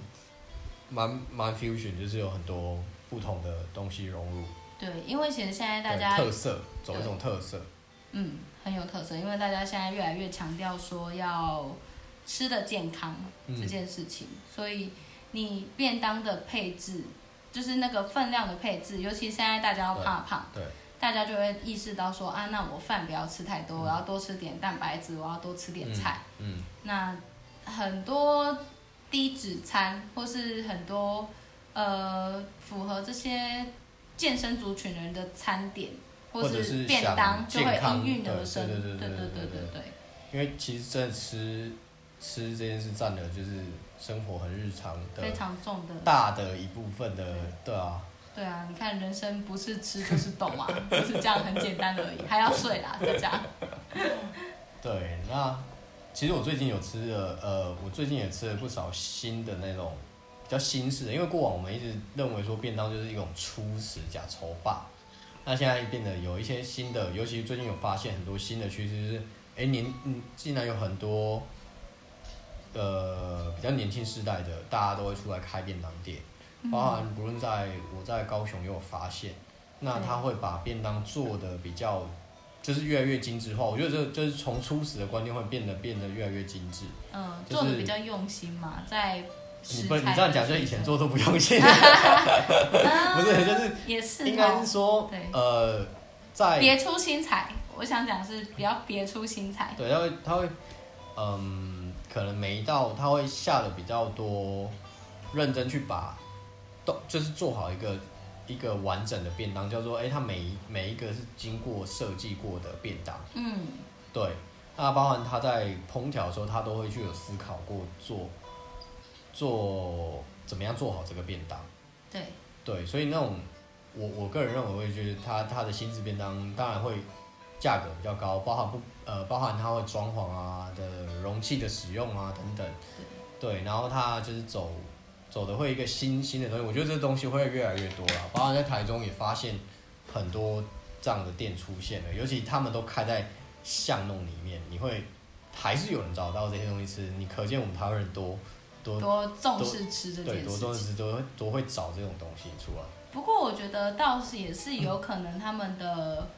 Speaker 1: 蛮蛮 fusion，就是有很多不同的东西融入，
Speaker 3: 对，因为其实现在大
Speaker 1: 对
Speaker 3: 家
Speaker 1: 特色走一
Speaker 3: 对
Speaker 1: 种特色，
Speaker 3: 嗯很有特色，因为大家现在越来越强调说要吃的健康
Speaker 1: 嗯
Speaker 3: 这件事情，所以你便当的配置，就是那个分量的配置，尤其现在大家要怕胖，
Speaker 1: 对，
Speaker 3: 大家就会意识到说啊，那我饭不要吃太多，我要多吃点蛋白质，我要多吃点菜。
Speaker 1: 嗯，
Speaker 3: 那很多低脂餐或是很多呃符合这些健身族群人的餐点，
Speaker 1: 或者是
Speaker 3: 是便当
Speaker 1: 想
Speaker 3: 就会
Speaker 1: 健康
Speaker 3: 应运
Speaker 1: 对
Speaker 3: 而生。
Speaker 1: 对
Speaker 3: 对
Speaker 1: 对对对
Speaker 3: 对
Speaker 1: 对对
Speaker 3: 对。
Speaker 1: 因为其实真的吃吃这件事占了就是生活很日常的
Speaker 3: 非常重的，
Speaker 1: 大的一部分的，对啊，
Speaker 3: 对啊，你看人生不是吃就是
Speaker 1: [laughs]
Speaker 3: 动嘛，就是这样很简单而已，还要睡啦，就这样。
Speaker 1: 对，那其实我最近有吃了，呃，我最近也吃了不少新的那种比较新式的，因为过往我们一直认为说便当就是一种粗食加稠霸，那现在变得有一些新的，尤其最近有发现很多新的趋势，就是哎、年嗯，竟然有很多呃比较年轻世代的，大家都会出来开便当店，包含不论在我在高雄也有发现，那他会把便当做的比较就是越来越精致化，我觉得这就是从初始的观念会变得变得越来越精致。
Speaker 3: 嗯，
Speaker 1: 就是
Speaker 3: 做的比较用心嘛，在
Speaker 1: 你
Speaker 3: 食
Speaker 1: 不
Speaker 3: 材
Speaker 1: 你这样讲，就以前做都不用心， [laughs] 不是就是
Speaker 3: 也是
Speaker 1: 应该
Speaker 3: 哦
Speaker 1: 是说
Speaker 3: 对
Speaker 1: 呃在
Speaker 3: 别出心裁。我想讲是比较别出心裁，
Speaker 1: 对，他会他会，嗯，可能每一道他会下的比较多，认真去把，都就是做好一个一个完整的便当，叫做哎、它每一每一个是经过设计过的便当，
Speaker 3: 嗯，
Speaker 1: 对，那包含他在烹调的时候，他都会去有思考过做做怎么样做好这个便当。
Speaker 3: 对，
Speaker 1: 对，所以那种我我个人认为，会觉得它它的新式便当当然会价格比较高，包含不呃包含它会装潢啊的容器的使用啊等等，对，然后它就是走走的会一个新新的东西，我觉得这东西会越来越多了，包含在台中也发现很多这样的店出现了，尤其他们都开在巷弄里面，你会还是有人找到这些东西吃，你可见我们台湾人多多
Speaker 3: 多重视吃这
Speaker 1: 哦对
Speaker 3: 件
Speaker 1: 多
Speaker 3: 事
Speaker 1: 重
Speaker 3: 情。
Speaker 1: 视多会多会找这种东西出来。
Speaker 3: 不过我觉得倒是也是有可能他们的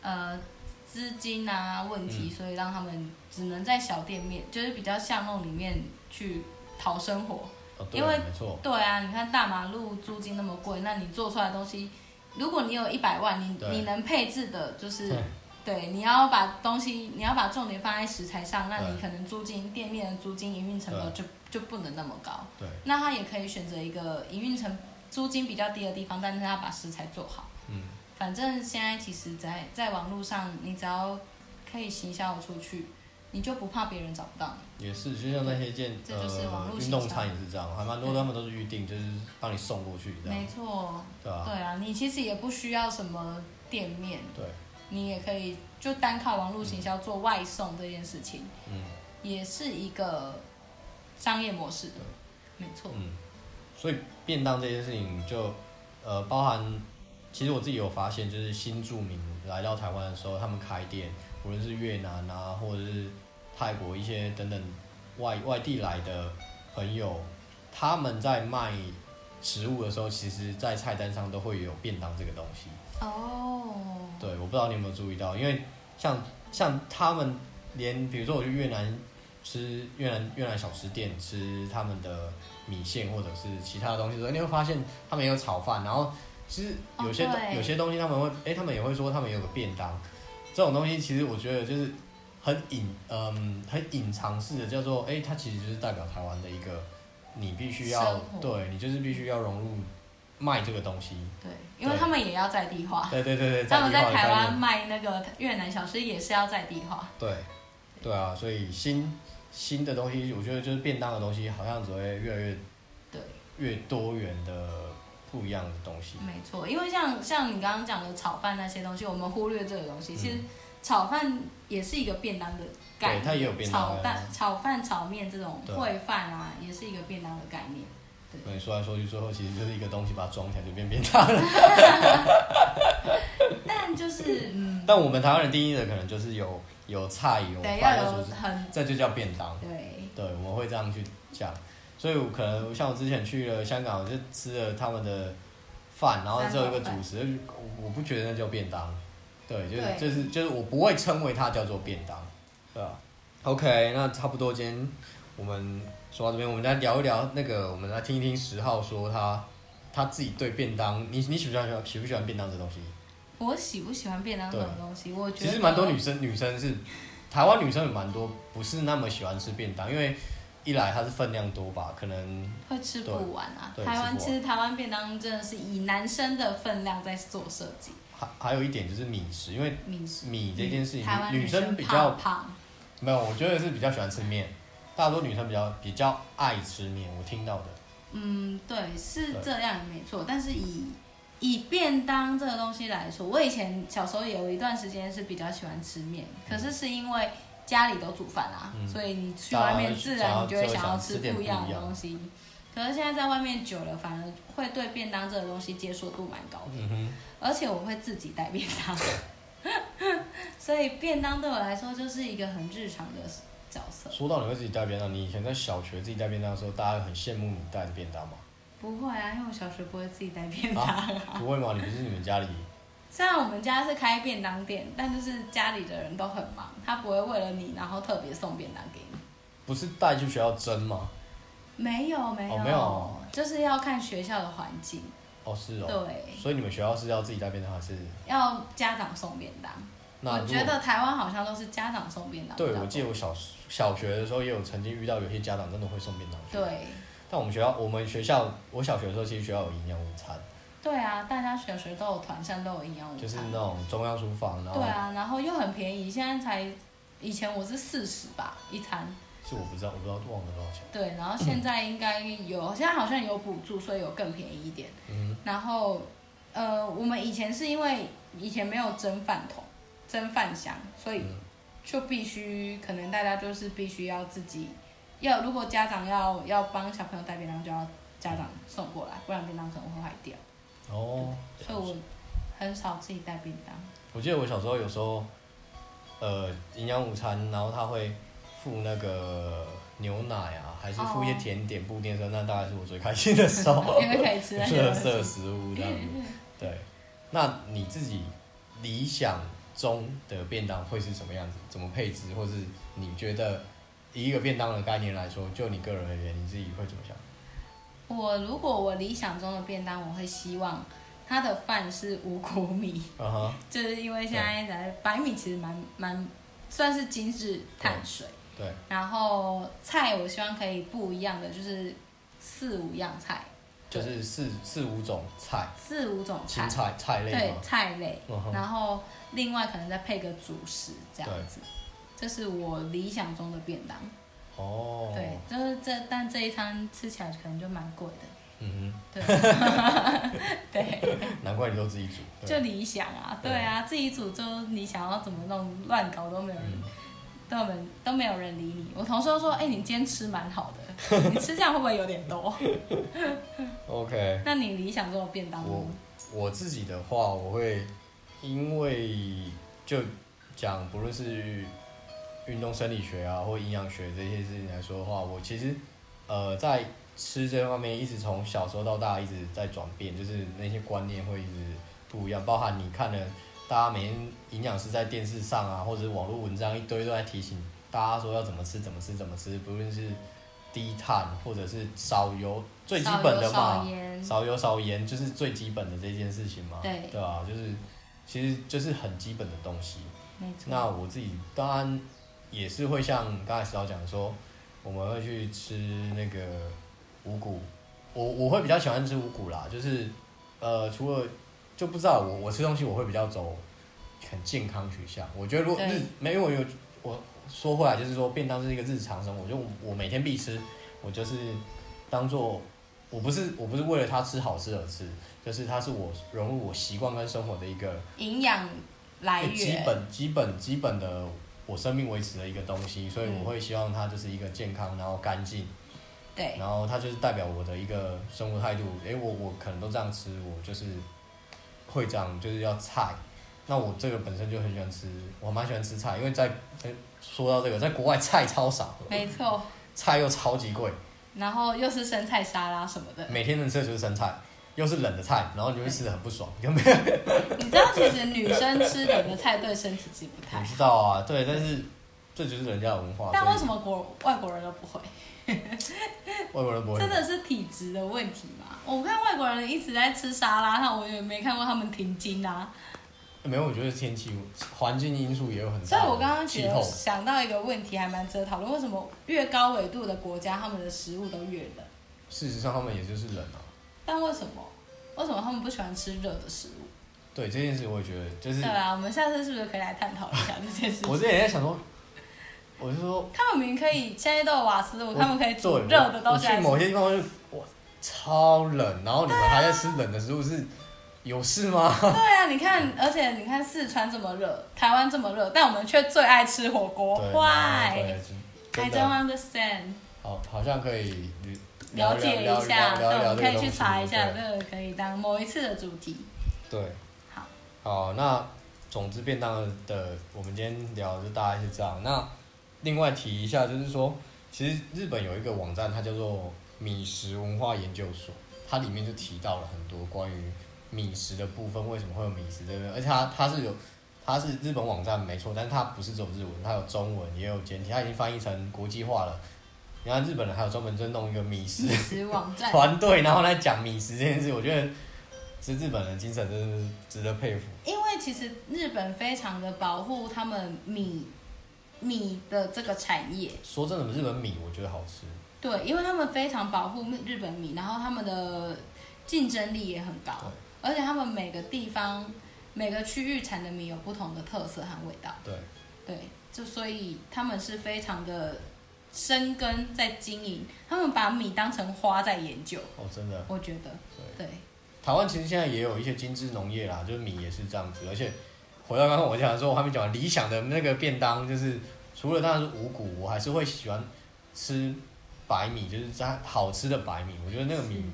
Speaker 3: 呃资金啊问
Speaker 1: 嗯
Speaker 3: 题，所以让他们只能在小店面，就是比较巷弄里面去讨生活。
Speaker 1: 哦，对
Speaker 3: 因为
Speaker 1: 没错，
Speaker 3: 对啊，你看大马路租金那么贵，那你做出来的东西，如果你有一百万，你
Speaker 1: 对
Speaker 3: 你能配置的就是
Speaker 1: 对。
Speaker 3: 对，你要把东西，你要把重点放在食材上，那你
Speaker 1: 对
Speaker 3: 可能租金、店面的租金、营运成本就就不能那么高。
Speaker 1: 对，
Speaker 3: 那他也可以选择一个营运成租金比较低的地方，但是他把食材做好。
Speaker 1: 嗯，
Speaker 3: 反正现在其实在，在网络上，你只要可以行销出去，你就不怕别人找不到你。
Speaker 1: 也是，就像那些件
Speaker 3: 这就是网
Speaker 1: 呃
Speaker 3: 络
Speaker 1: 运
Speaker 3: 行
Speaker 1: 动
Speaker 3: 销
Speaker 1: 餐也是这样，还蛮多
Speaker 3: 对
Speaker 1: 他们都是预定，就是帮你送过去这
Speaker 3: 没
Speaker 1: 样，
Speaker 3: 错，
Speaker 1: 对吧、
Speaker 3: 对啊，你其实也不需要什么店面，
Speaker 1: 对，
Speaker 3: 你也可以就单靠网络行销做外送这件事情，
Speaker 1: 嗯
Speaker 3: 也是一个商业模式。没错，
Speaker 1: 嗯，所以便当这件事情就呃包含，其实我自己有发现，就是新住民来到台湾的时候，他们开店，无论是越南啊，或者是泰国一些等等外外地来的朋友，他们在卖食物的时候，其实在菜单上都会有便当这个东西。
Speaker 3: 哦，
Speaker 1: 对，我不知道你有没有注意到，因为像像他们连比如说我去越南吃越南越南小吃店吃他们的米线或者是其他的东西的时候，你会发现他们也有炒饭，然后其实有些、
Speaker 3: 哦对
Speaker 1: 有些东西他们会哎、诶他们也会说他们有个便当，这种东西其实我觉得就是很隐嗯很隐藏式的叫做哎、诶它其实就是代表台湾的一个你必须要
Speaker 3: 生活
Speaker 1: 对你就是必须要融入卖这个东西，
Speaker 3: 对，因为
Speaker 1: 对
Speaker 3: 他们也要在地化。
Speaker 1: 对对对对，
Speaker 3: 啊他们
Speaker 1: 在地化
Speaker 3: 在
Speaker 1: 的
Speaker 3: 台
Speaker 1: 概念
Speaker 3: 湾卖那个越南小吃也是要在地化，
Speaker 1: 对，对啊，所以新新的东西，我觉得就是便当的东西，好像只会越来越
Speaker 3: 对，
Speaker 1: 越多元的不一样的东西。
Speaker 3: 没错。因为像像你刚刚讲的炒饭那些东西，我们忽略这个东西。其实炒饭也是一个便当的概
Speaker 1: 嗯
Speaker 3: 念，
Speaker 1: 对它也有便当
Speaker 3: 炒
Speaker 1: 啊
Speaker 3: 蛋、炒饭、炒面这种
Speaker 1: 对
Speaker 3: 烩饭啊，也是一个便当的概念。
Speaker 1: 对，说来说去，最后其实就是一个东西把它装起来就变便当了。 [laughs] [laughs]
Speaker 3: 但就是嗯，
Speaker 1: 但我们台湾人定义的可能就是有有菜有
Speaker 3: 对，
Speaker 1: 饭
Speaker 3: 要
Speaker 1: 有
Speaker 3: 有
Speaker 1: 主食，
Speaker 3: 很
Speaker 1: 这就叫便当。
Speaker 3: 对
Speaker 1: 对，我们会这样去讲。所以我可能像我之前去了香港，我就吃了他们的饭，然后只有一个主食，就我我不觉得那叫便当。对，就是
Speaker 3: 对
Speaker 1: 就是就是我不会称为它叫做便当，对吧？OK，那差不多今天我们说到这边，我们来聊一聊那个，我们来听一听十号说他他自己对便当，你你喜不喜欢喜不喜欢便当这东西？
Speaker 3: 我喜不喜欢便当这种东西？我觉
Speaker 1: 其
Speaker 3: 得
Speaker 1: 实蛮多女生女生是，台湾女生有蛮多不是那么喜欢吃便当，因为一来它是分量多吧，可能
Speaker 3: 会吃不完啊。
Speaker 1: 对对
Speaker 3: 台
Speaker 1: 吃
Speaker 3: 湾
Speaker 1: 不完
Speaker 3: 其实台湾便当真的是以男生的分量在做设计，
Speaker 1: 还还有一点就是米食，因为
Speaker 3: 民食
Speaker 1: 米这件事情
Speaker 3: 台，湾
Speaker 1: 女
Speaker 3: 生
Speaker 1: 生比较
Speaker 3: 胖胖，
Speaker 1: 没有，我觉得是比较喜欢吃面，大多女生比较比较爱吃面，我听到的。
Speaker 3: 嗯，对，是
Speaker 1: 对
Speaker 3: 这样没错。但是以以便当这个东西来说，我以前小时候有一段时间是比较喜欢吃面，可是是因为家里都煮饭啊，
Speaker 1: 嗯
Speaker 3: 所以你去外面自然你就会想要吃
Speaker 1: 想要吃
Speaker 3: 不一样的
Speaker 1: 点不一样
Speaker 3: 东西。可是现在在外面久了，反而会对便当这个东西接受度蛮高的。
Speaker 1: 嗯哼，
Speaker 3: 而且我会自己带便
Speaker 1: [laughs]
Speaker 3: 当，所以便当对我来说就是一个很日常的角色。
Speaker 1: 说到你会自己带便当，你以前在小学自己带便当的时候，大家很羡慕你带的便当吗？
Speaker 3: 不会啊，因为我小学不会自己带便当、
Speaker 1: 啊，不会吗？你不是你们家里
Speaker 3: 虽然我们家是开便当店，但就是家里的人都很忙，他不会为了你然后特别送便当给你。
Speaker 1: 不是带去学校蒸吗？
Speaker 3: 没有没有、
Speaker 1: 哦没有
Speaker 3: 就是要看学校的环境，
Speaker 1: 哦，是哦。
Speaker 3: 对
Speaker 1: 所以你们学校是要自己带便当还是？
Speaker 3: 要家长送便当。
Speaker 1: 那
Speaker 3: 我
Speaker 1: 如
Speaker 3: 觉
Speaker 1: 果
Speaker 3: 得台湾好像都是家长送便当比较
Speaker 1: 对，
Speaker 3: 多。
Speaker 1: 我记得我小小学的时候也有曾经遇到有些家长真的会送便当去。。
Speaker 3: 对
Speaker 1: 但我们学校，我们学校，我小学的时候其实学校有营养午餐，
Speaker 3: 对啊，大家小学都有团膳，都有营养午餐。
Speaker 1: 就是那种中央厨房，然后
Speaker 3: 对啊，然后又很便宜，现在才，以前我是四十吧一餐，
Speaker 1: 是我不知道，我不知道忘了多少钱。
Speaker 3: 对，然后
Speaker 1: 嗯
Speaker 3: 现在应该有，现在好像有补助，所以有更便宜一点。
Speaker 1: 嗯，
Speaker 3: 然后，呃，我们以前是因为以前没有蒸饭桶、蒸饭箱，所以
Speaker 1: 嗯
Speaker 3: 就必须可能大家就是必须要自己要，如果家长要要帮小朋友带便当，就要家长送过来，不然便当可能会坏掉。
Speaker 1: 哦，
Speaker 3: 所以我很少自己带便当。
Speaker 1: 我记得我小时候有时候，呃，营养午餐，然后他会附那个牛奶啊，还是附一些
Speaker 3: 哦，
Speaker 1: 甜点布丁的时候，那大概是我最开心的时候
Speaker 3: [laughs] 因为可以吃
Speaker 1: [laughs]
Speaker 3: 那些
Speaker 1: 特
Speaker 3: 东西
Speaker 1: 色食物这样子。对，那你自己理想中的便当会是什么样子？怎么配置？或是你觉得以一个便当的概念来说，就你个人而言，你自己会怎么想？
Speaker 3: 我如果我理想中的便当，我会希望它的饭是五谷米，
Speaker 1: 嗯哼，
Speaker 3: 就是因为现在在白米其实蛮蛮算是精致碳水，
Speaker 1: 对，
Speaker 3: 然后菜我希望可以不一样的，就是四五样菜，
Speaker 1: 就是四四五种菜，
Speaker 3: 四五种
Speaker 1: 青
Speaker 3: 菜，
Speaker 1: 菜菜类
Speaker 3: 对
Speaker 1: 吗？
Speaker 3: 菜类，
Speaker 1: 嗯哼
Speaker 3: 然后另外可能再配个主食这样
Speaker 1: 对
Speaker 3: 子，这是我理想中的便当。
Speaker 1: 哦，
Speaker 3: 对，就是这，但这一餐吃起来可能就蛮贵的。
Speaker 1: 嗯 [laughs]
Speaker 3: 对，[laughs] 对。
Speaker 1: 哼，难怪你都自己煮。
Speaker 3: 就
Speaker 1: 对，
Speaker 3: 理想啊，
Speaker 1: 对
Speaker 3: 对啊，自己煮就你想要怎么弄乱搞都没有人，
Speaker 1: 嗯
Speaker 3: 都没有都没有人理你。我同事都说，哎、你今天吃蛮好
Speaker 1: [laughs]
Speaker 3: 的，你吃这样会不会有点多？
Speaker 1: ，OK。
Speaker 3: 那你理想中的便当呢
Speaker 1: 我？我自己的话，我会因为就讲不论是运动生理学啊，或营养学这些事情来说的话，我其实呃在吃这方面，一直从小时候到大一直在转变，就是那些观念会一直不一样，包含你看了大家每天营养师在电视上啊，或者是网络文章一堆都在提醒大家说要怎么吃，怎么吃，怎么吃，不论是低碳或者是少油，最基本的嘛，
Speaker 3: 少油少盐
Speaker 1: 少油少盐就是最基本的这件事情嘛，
Speaker 3: 对
Speaker 1: 对吧、就是其实就是很基本的东西。
Speaker 3: 没错，
Speaker 1: 那我自己当然也是会像刚才石导讲的说，我们会去吃那个五谷，我我会比较喜欢吃五谷啦，就是呃，除了就不知道我我吃东西我会比较走很健康取向，我觉得如果日
Speaker 3: 对
Speaker 1: 没有我有我说回来就是说便当是一个日常生活，就我每天必吃，我就是当做我不是我不是为了它吃好吃而吃，就是它是我融入我习惯跟生活的一个。
Speaker 3: 营养来
Speaker 1: 欸基
Speaker 3: 源，
Speaker 1: 本基本基本的我生命维持的一个东西，所以
Speaker 3: 嗯
Speaker 1: 我会希望它就是一个健康，然后干净，
Speaker 3: 对
Speaker 1: 然后它就是代表我的一个生活态度。诶、我我可能都这样吃，我就是会这样，就是要菜。那我这个本身就很喜欢吃，我蛮喜欢吃菜，因为在在说到这个，在国外菜超少，
Speaker 3: 没错。
Speaker 1: 菜又超级贵，
Speaker 3: 然后又是生菜沙拉什么的，
Speaker 1: 每天能吃的就是生菜，又是冷的菜，然后你就会吃的很不爽，有没有？
Speaker 3: 你知道其实女生吃冷的菜对身体其实不太
Speaker 1: 我 [laughs]
Speaker 3: 好，
Speaker 1: 知道啊，对，但是这就是人家的文化。
Speaker 3: 但为什
Speaker 1: 么
Speaker 3: 么国外国人都不会？
Speaker 1: 外国人不会？
Speaker 3: 真的是体质的问题嘛？我看外国人一直在吃沙拉，那我也没看过他们停经啊。
Speaker 1: 没有，我觉得天气环境因素也有很大。
Speaker 3: 所以我刚刚觉
Speaker 1: 气
Speaker 3: 得
Speaker 1: 候，
Speaker 3: 想到一个问题，还蛮值得讨论：为什么越高纬度的国家，他们的食物都越冷？
Speaker 1: 事实上他们也就是人啊。
Speaker 3: 但为什么？为什么他们不喜欢吃热的食物？
Speaker 1: 对这件事，我也觉得就是
Speaker 3: 对啊啦，我们下次是不是可以来探讨一下这件事
Speaker 1: [laughs] 我
Speaker 3: 情？
Speaker 1: 之前也在想说，我是说
Speaker 3: 他们明明可以，现在都有瓦斯炉，
Speaker 1: 我
Speaker 3: 他们可以煮
Speaker 1: 对
Speaker 3: 热的
Speaker 1: 我
Speaker 3: 东
Speaker 1: 我
Speaker 3: 西
Speaker 1: 去
Speaker 3: 来
Speaker 1: 某
Speaker 3: 吃。
Speaker 1: 些地方就哇超冷，然后你们还在吃冷的食物是有事
Speaker 3: [laughs]
Speaker 1: 吗？
Speaker 3: 对啊，你看，而且你看四川这么热，台湾这么热，但我们却最爱吃火锅。
Speaker 1: 对对
Speaker 3: Why？I
Speaker 1: 真
Speaker 3: don't
Speaker 1: 的啊
Speaker 3: understand。
Speaker 1: 好，好像可以
Speaker 3: 了解一下，
Speaker 1: 聊
Speaker 3: 对，
Speaker 1: 聊
Speaker 3: 我们可以去查一下，
Speaker 1: 对
Speaker 3: 这个可以当某一次的主
Speaker 1: [laughs]
Speaker 3: 题。
Speaker 1: 对，
Speaker 3: 好，
Speaker 1: 好，那总之便当的，我们今天聊的就大概是这样。那另外提一下，就是说，其实日本有一个网站，它叫做米食文化研究所，它里面就提到了很多关于米食的部分，为什么会有米食这个，而且它它是有。它是日本网站没错，但是它不是只有日文，它有中文，也有简体，它已经翻译成国际化了。你看日本人还有专门就弄一个米食
Speaker 3: 美食网站，
Speaker 1: 团队，然后来讲米食这件事，我觉得是日本人精神，真的是值得佩服。
Speaker 3: 因为其实日本非常的保护他们米米的这个产业，
Speaker 1: 说真的，日本米我觉得好吃，
Speaker 3: 对，因为他们非常保护日本米，然后他们的竞争力也很高，而且他们每个地方每个区域产的米有不同的特色和味道，
Speaker 1: 对，
Speaker 3: 对，就所以他们是非常的深耕在经营，他们把米当成花在研究，
Speaker 1: 哦，真的。
Speaker 3: 我觉得，对，
Speaker 1: 台湾其实现在也有一些精致农业啦，就是米也是这样子，而且回到刚刚我讲的时候，我还没讲完，理想的那个便当就是除了当然是五谷，我还是会喜欢吃白米，就是它好吃的白米，我觉得那个米。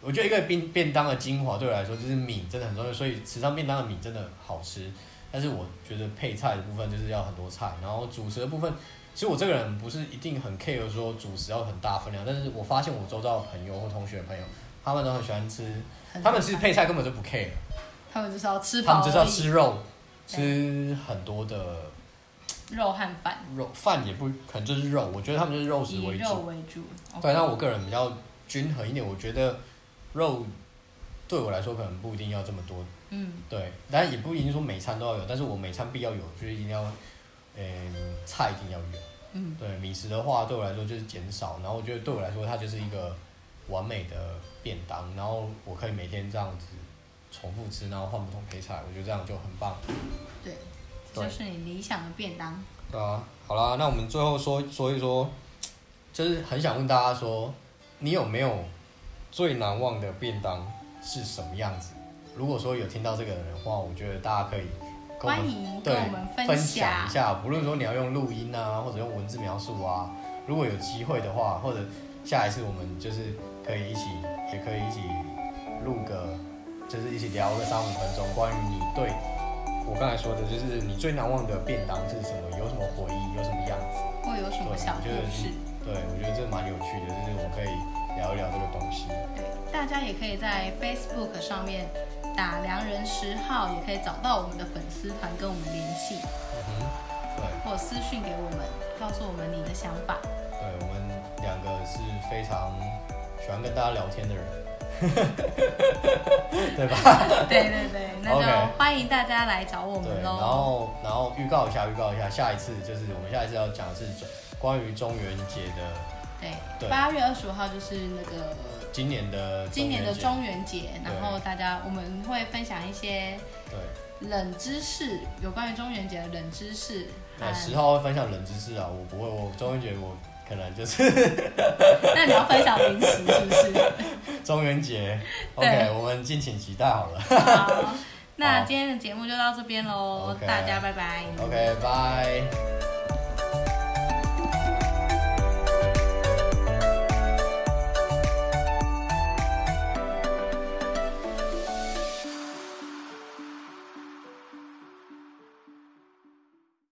Speaker 1: 我觉得一个便便当的精华对我来说就是米，真的很重要，所以时尚便当的米真的好吃。但是我觉得配菜的部分就是要很多菜，然后主食的部分，其实我这个人不是一定很 care 说主食要很大分量，但是我发现我周遭的朋友或同学的朋友，他们都很喜欢吃，
Speaker 3: 很
Speaker 1: 他们其实配菜根本就不 care，
Speaker 3: 他们就是要吃
Speaker 1: 他
Speaker 3: 饱
Speaker 1: 们就是要
Speaker 3: 而已，
Speaker 1: 吃肉，吃很多的
Speaker 3: 肉和饭，
Speaker 1: 肉，饭也不可能就是肉，我觉得他们就是肉食
Speaker 3: 以
Speaker 1: 为主
Speaker 3: 肉。为主。
Speaker 1: 对，那
Speaker 3: OK
Speaker 1: 我个人比较均衡一点，我觉得肉对我来说可能不一定要这么多，
Speaker 3: 嗯，
Speaker 1: 对，但也不一定说每餐都要有，但是我每餐必要有，就是一定要，嗯，菜一定要有，
Speaker 3: 嗯，
Speaker 1: 对，米食的话对我来说就是减少，然后我觉得对我来说它就是一个完美的便当，然后我可以每天这样子重复吃，然后换不同配菜，我觉得这样就很棒。
Speaker 3: 对，这就是你理想的便当。
Speaker 1: 对啊，好啦，那我们最后说说一说，就是很想问大家说，你有没有最难忘的便当是什么样子？如果说有听到这个人的话，我觉得大家可以跟我
Speaker 3: 欢
Speaker 1: 们
Speaker 3: 迎
Speaker 1: 对
Speaker 3: 跟我们分
Speaker 1: 分
Speaker 3: 享
Speaker 1: 一下，不论说你要用录音啊，或者用文字描述啊，如果有机会的话，或者下一次我们就是可以一起，也可以一起录个，就是一起聊个三五分钟，关于你对我刚才说的，就是你最难忘的便当是什么，有什么回忆，有什么样子。
Speaker 3: 会有什么小故
Speaker 1: 对我觉
Speaker 3: 事
Speaker 1: 得？对，我觉得这蛮有趣的，就是我们可以聊一聊这个东西。
Speaker 3: 对，大家也可以在 Facebook 上面打“良人十号”，也可以找到我们的粉丝团跟我们联系，
Speaker 1: 嗯哼，对
Speaker 3: 或私讯给我们，告诉我们你的想
Speaker 1: [laughs]
Speaker 3: 法。
Speaker 1: 对，我们两个是非常喜欢跟大家聊天的人，对吧？
Speaker 3: 对对对，那
Speaker 1: OK
Speaker 3: 就欢迎大家来找我
Speaker 1: 对，
Speaker 3: 们
Speaker 1: 然
Speaker 3: 喽。
Speaker 1: 后然后预告一下，预告一下，下一次就是我们下一次要讲的是中关于中元节的对
Speaker 3: 对，八月二十五号就是那个
Speaker 1: 今年的
Speaker 3: 今年的
Speaker 1: 元节
Speaker 3: 中元节，
Speaker 1: 对
Speaker 3: 然后大家我们会分享一些
Speaker 1: 对，
Speaker 3: 冷知识，有关于中元节的冷知识
Speaker 1: 那
Speaker 3: 和
Speaker 1: 十号会分享冷知识啊，我不会，我中元节我可能就是 [laughs]
Speaker 3: 那你要分享零食是不 [laughs] 是？
Speaker 1: 中元节，OK，
Speaker 3: 对
Speaker 1: 我们敬请期待好了
Speaker 3: 好，那
Speaker 1: 好
Speaker 3: 今天的节目就到这边喽
Speaker 1: OK
Speaker 3: 大家拜拜。
Speaker 1: ，OK，拜。